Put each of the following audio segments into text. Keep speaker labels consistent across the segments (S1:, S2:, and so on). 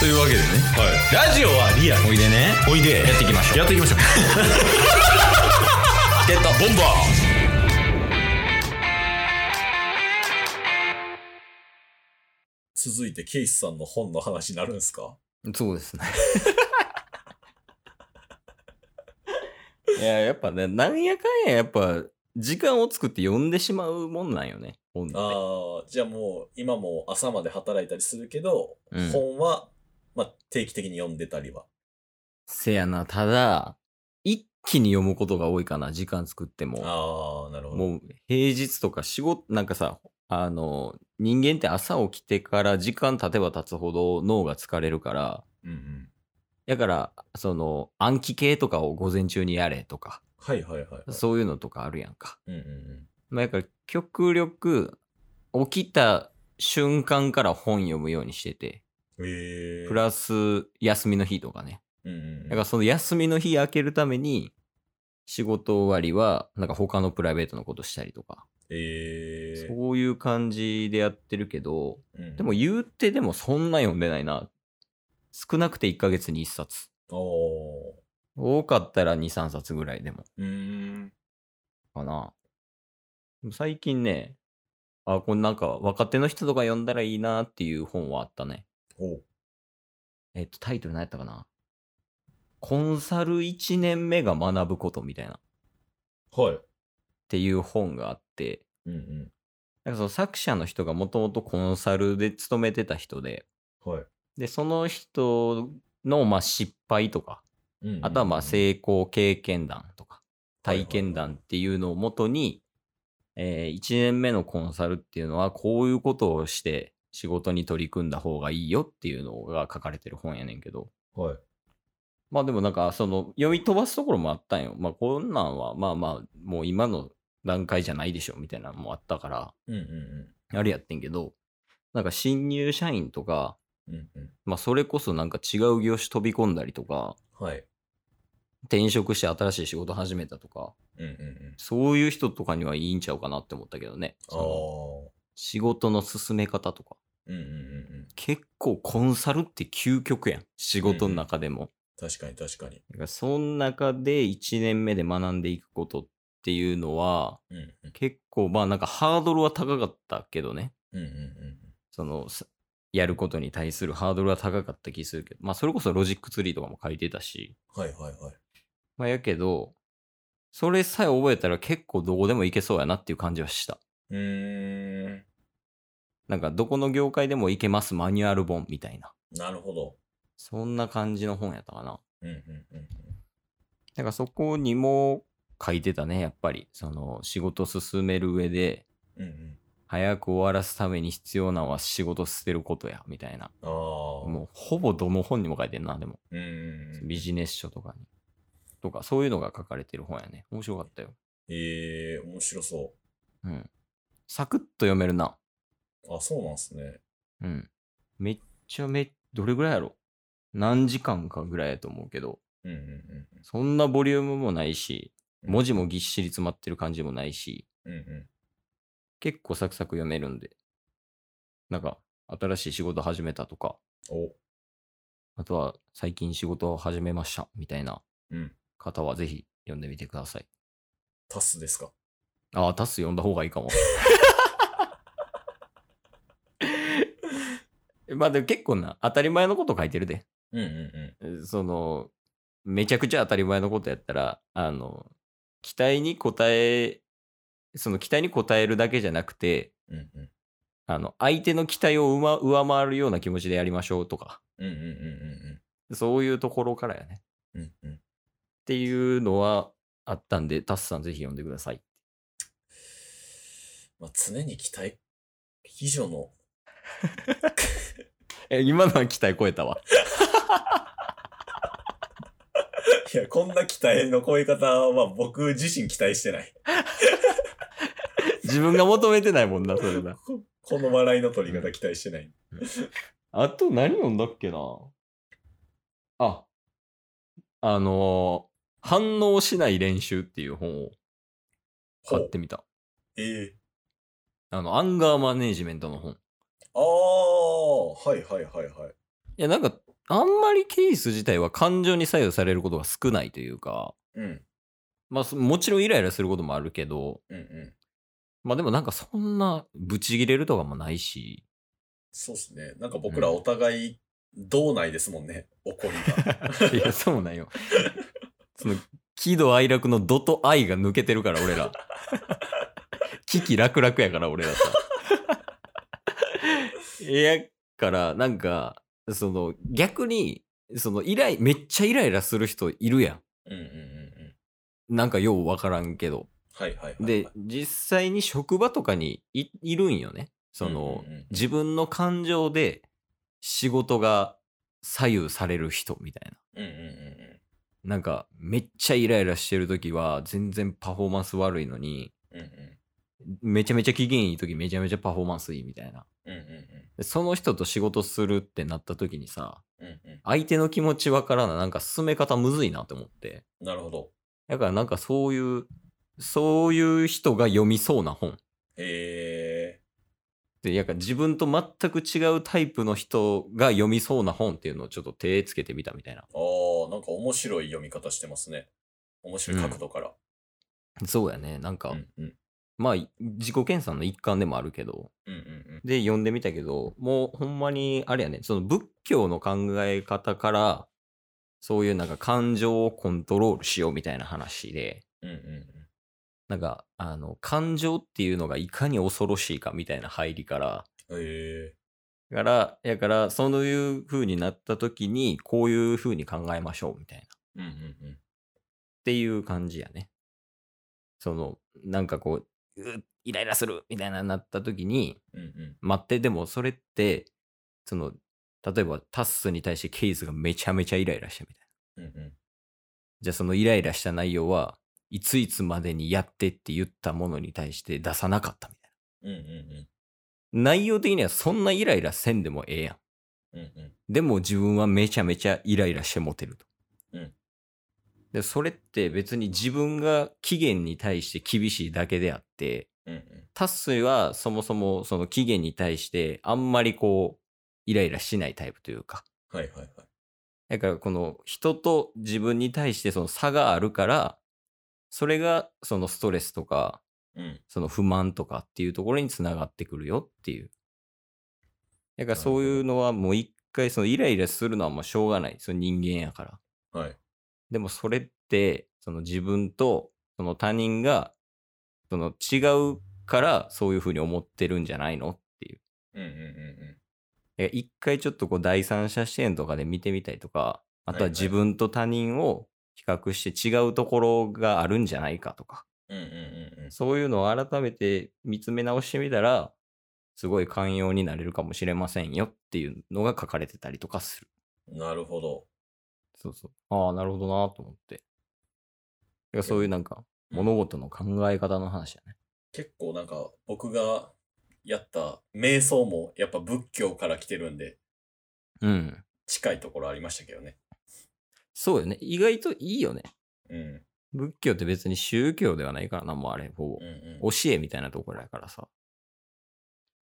S1: というわけでね
S2: はい。ラジオはリアル。
S1: おいでね
S2: おいで。
S1: やっていきましょう
S2: やっていきましょう。
S1: ゲットボンバ
S2: 続いて、ケイスさんの本の話になるんですか
S1: ーそうですねいややっぱねなんやかんややっぱ時間を作って読んでしまうもんなんよね本って
S2: ああ、じゃあもう、今も朝まで働いたりするけど、
S1: うん
S2: 本は、まあ、定期的に読んでたりは。
S1: せやなただ一気に読むことが多いかな時間作っても
S2: ああ、なるほど。
S1: もう平日とか仕事なんかさあの人間って朝起きてから時間経てば経つほど脳が疲れるから
S2: うんうん。
S1: だからその暗記系とかを午前中にやれとか
S2: はいはいはい、はい。
S1: そういうのとかあるやんか。
S2: うんうんうん。
S1: まあ、だから極力起きた瞬間から本読むようにしてて
S2: ええー。
S1: プラス休みの日とかね
S2: うんうんうん。
S1: だからその休みの日開けるために仕事終わりはなんか他のプライベートのことしたりとか
S2: ええー。
S1: そういう感じでやってるけど
S2: うん
S1: でも、言うてでもそんな読んでないな。少なくて1ヶ月に1冊。
S2: おー。
S1: 多かったら2、3冊ぐらいでも。
S2: うーん。
S1: かな。でも最近ね、あ、これなんか若手の人とか読んだらいいなっていう本はあったね。
S2: おう
S1: えっと、タイトル何やったかなコンサル1年目が学ぶことみたいなっ
S2: はい。
S1: ていう本があって、
S2: うんうん。
S1: なんかその作者の人がもともとコンサルで勤めてた人で、
S2: はい。
S1: で、その人のまあ失敗とか、
S2: うんうんうん
S1: あとはまあ成功経験談とか体験談っていうのをもとに、え1年目のコンサルっていうのはこういうことをして仕事に取り組んだ方がいいよっていうのが書かれてる本やねんけど
S2: はい。
S1: まあでもなんかその読み飛ばすところもあったんよまあこんなんはまあまあもう今の段階じゃないでしょみたいなのもあったから
S2: うんうん
S1: あれやってんけどなんか新入社員とか
S2: うん。うんうん。
S1: まあそれこそなんか違う業種飛び込んだりとか
S2: はい。
S1: 転職して新しい仕事始めたとか
S2: うんうんうん。
S1: そういう人とかにはいいんちゃうかなって思ったけどね。
S2: あ
S1: そ
S2: あ
S1: の仕事の進め方とか。
S2: ー。うんうんうんうん。
S1: 結構コンサルって究極やん。仕事の中でも。
S2: 確かに確かに。
S1: だからその中で1年目で学んでいくことっていうのは、
S2: うんうん
S1: 結構まあなんかハードルは高かったけどね。
S2: うんうん
S1: その、さやることに対するハードルは高かった気するけど。まあそれこそロジックツリーとかも書いてたし。
S2: うん。はいはいはい。
S1: まあやけど、それさえ覚えたら結構どこでもいけそうやなっていう感じはした。
S2: うーん。
S1: なんかどこの業界でもいけますマニュアル本みたいな。
S2: なるほど。
S1: そんな感じの本やったかな。
S2: うんうんうん
S1: だからそこにも書いてたね、やっぱり。その仕事進める上で、
S2: うん。うんうん。
S1: 早く終わらすために必要なのは仕事捨てることや、みたいな。
S2: ああ。
S1: もうほぼどの本にも書いてんな、でも。
S2: う。うんうんうん。
S1: ビジネス書とかに。とか、そういうのが書かれてる本やね。面白かったよ。
S2: ええー、面白そ
S1: うん。サクッと読めるな。
S2: う。あ、そうなんすね。
S1: うん。めっちゃめっ、どれぐらいやろ何時間かぐらいやと思うけど。
S2: うんうんうん
S1: そんなボリュームもないし、
S2: うん
S1: 文字もぎっしり詰まってる感じもないし、
S2: うん。うんうん。
S1: 結構サクサク読めるんで、なんか、新しい仕事始めたとか、
S2: お。
S1: あとは最近仕事を始めましたみたいな
S2: うん
S1: 方はぜひ読んでみてください。
S2: タスですか。
S1: ああ、タス読んだ方がいいかも。 まあでも結構な、当たり前のこと書いてるで。
S2: うんうんうん。
S1: その、めちゃくちゃ当たり前のことやったら、あの、期待に応え、その期待に応えるだけじゃなくて、
S2: うんうん。
S1: あの、相手の期待をうま上回るような気持ちでやりましょうとか、
S2: うんうんうん
S1: そういうところからやね。っ
S2: うんうん。うんうん。
S1: ていうのはあったんで、タスさんぜひ読んでください。
S2: まあ、常に期待以上の。
S1: え、今のは期待超えたわ。
S2: いや、こんな期待の超え方は僕自身期待してない。
S1: 自分が求めてないもんな、それな。
S2: ここの笑いの取り方期待してない。
S1: あと何読んだっけなあ、あのー反応しない練習っていう本を
S2: ほ
S1: 買
S2: う
S1: ってみた。
S2: ええ
S1: あの、アンガーマネージメントの本。
S2: ああ、はいはいはいはい。
S1: いや、なんか、あんまりケース自体は感情に左右されることが少ないというか、
S2: うん。
S1: まあ、そもちろんイライラすることもあるけど、
S2: うんうん。
S1: まあでもなんかそんなブチギレるとかもないし、
S2: そうっすね。なんか僕らお互い、道内ですもんね、怒りが。
S1: いや、そうなんよ。その、喜怒哀楽の怒と愛が抜けてるから、俺ら。喜々楽々やから、俺らさ。いや、から、なんか、その、逆に、その、イライ、めっちゃイライラする人いるや
S2: うんうんうんうん。
S1: ん。なんかようわからんけど。
S2: はいはいはい、はい。
S1: で、実際に職場とかにいいるんよね。その、
S2: うんうんうん
S1: 自分の感情で仕事が左右される人みたいな。
S2: うんうんうんう
S1: なんか、めっちゃイライラしてる時は、全然パフォーマンス悪いのに、
S2: ん。うんうん。
S1: めちゃめちゃ機嫌いい時めちゃめちゃパフォーマンスいいみたいな。
S2: うんうんうん。
S1: でその人と仕事するってなった時にさ、
S2: うんう
S1: 相手の気持ちわからない、なんか進め方むずいなって思って。
S2: ん。なるほど。
S1: だからなんかそういう、そういう人が読みそうな本。
S2: へえ。
S1: で、なんか自分と全く違うタイプの人が読みそうな本っていうのをちょっと手つけてみたみたいな。
S2: ああ、なんか面白い読み方してますね。面白い角度から。
S1: そうやね。なんか、
S2: うんうん。
S1: まあ、自己研鑽の一環でもあるけど、
S2: うんうん
S1: で読んでみたけどもうほんまにあれやねその仏教の考え方からそういうなんか感情をコントロールしようみたいな話で
S2: うん。うんうん
S1: なんかあの感情っていうのがいかに恐ろしいかみたいな入りから
S2: うん。へえ。
S1: だからやからそういう風になった時にこういう風に考えましょうみたいなっ
S2: うんうんうん。
S1: ていう感じやねそのなんかこううっイライラするみたいななった時に
S2: うんうん。
S1: 待って、でもそれって、その、例えばタッスに対してケイズがめちゃめちゃイライラしたみたいな。
S2: うんうん。
S1: じゃあそのイライラした内容はいついつまでにやってって言ったものに対して出さなかったみたい
S2: うんうん
S1: な。内容的にはそんなイライラせんでもええやん。
S2: うん。うんうん。
S1: でも自分はめちゃめちゃイライラしてモテると。
S2: うん
S1: で、それって別に自分が期限に対して厳しいだけであって、
S2: うん
S1: タッスイはそもそもその期限に対してあんまりこう、イライラしないタイプというか、
S2: うん。はいはいはい。
S1: だからこの人と自分に対してその差があるから、それがそのストレスとか、
S2: うん。
S1: その不満とかっていうところにつながってくるよっていう。だからそういうのはもう一回そのイライラするのはもうしょうがない。その人間やから。
S2: はい。
S1: でもそれって、その自分とその他人がその違うからそういうふうに思ってるんじゃないのっていう。
S2: うんうんうん
S1: え一回ちょっとこう第三者視点とかで見てみたりとか、あと
S2: はいは
S1: はい自分と他人を比較して違うところがあるんじゃないかとか、
S2: うん。うんうんうんうん。
S1: そういうのを改めて見つめ直してみたら、すごい寛容になれるかもしれませんよっていうのが書かれてたりとかする。
S2: なるほど。
S1: そうそう。ああ、なるほどなと思って。だからそういうなんか物事の考え方の話だね。
S2: 結構なんか僕がやった瞑想もやっぱ仏教から来てるんで
S1: うん。
S2: 近いところありましたけどね。
S1: そうよね。意外といいよね。
S2: うん。
S1: 仏教って別に宗教ではないからな、もうあれ、ほぼ
S2: うん。うん。
S1: 教えみたいなところやからさ。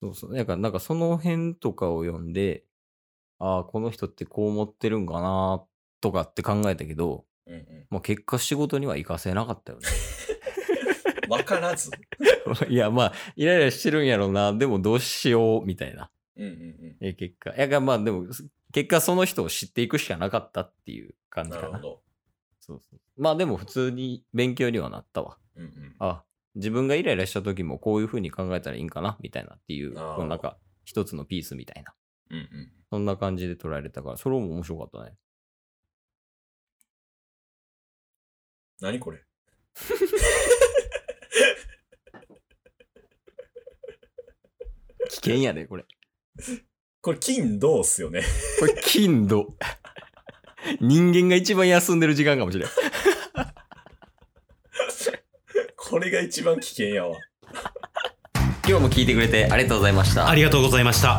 S1: そうそう。だからなんかその辺とかを読んで、ああ、この人ってこう思ってるんかなとかって考えたけど、
S2: うんう
S1: まあ、結果仕事には行かせなかったよね。
S2: ん。わからず。
S1: いや、まあ、イライラしてるんやろうな、でもどうしよう、みたいな。
S2: うんうん
S1: え結果。いや、まあでも、結果その人を知っていくしかなかったっていう感
S2: うん。
S1: じ
S2: な
S1: か
S2: る
S1: な。
S2: ほど。
S1: そうそう。まあでも普通に勉強にはなったわ。
S2: うんうん。
S1: あ自分がイライラした時もこういう風に考えたらいいんかなみたいなっていう
S2: あー
S1: このなんか一つのピースみたいな
S2: うんうん。
S1: そんな感じで捉えれたからそれも面白かったね
S2: 何これ
S1: 危険やねこれ
S2: これ金どうっすよね。
S1: これ金土人間が一番休んでる時間かもしれん
S2: これが一番危険やわ。
S1: 今日も聞いてくれてありがとうございました
S3: ありがとうございました。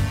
S3: す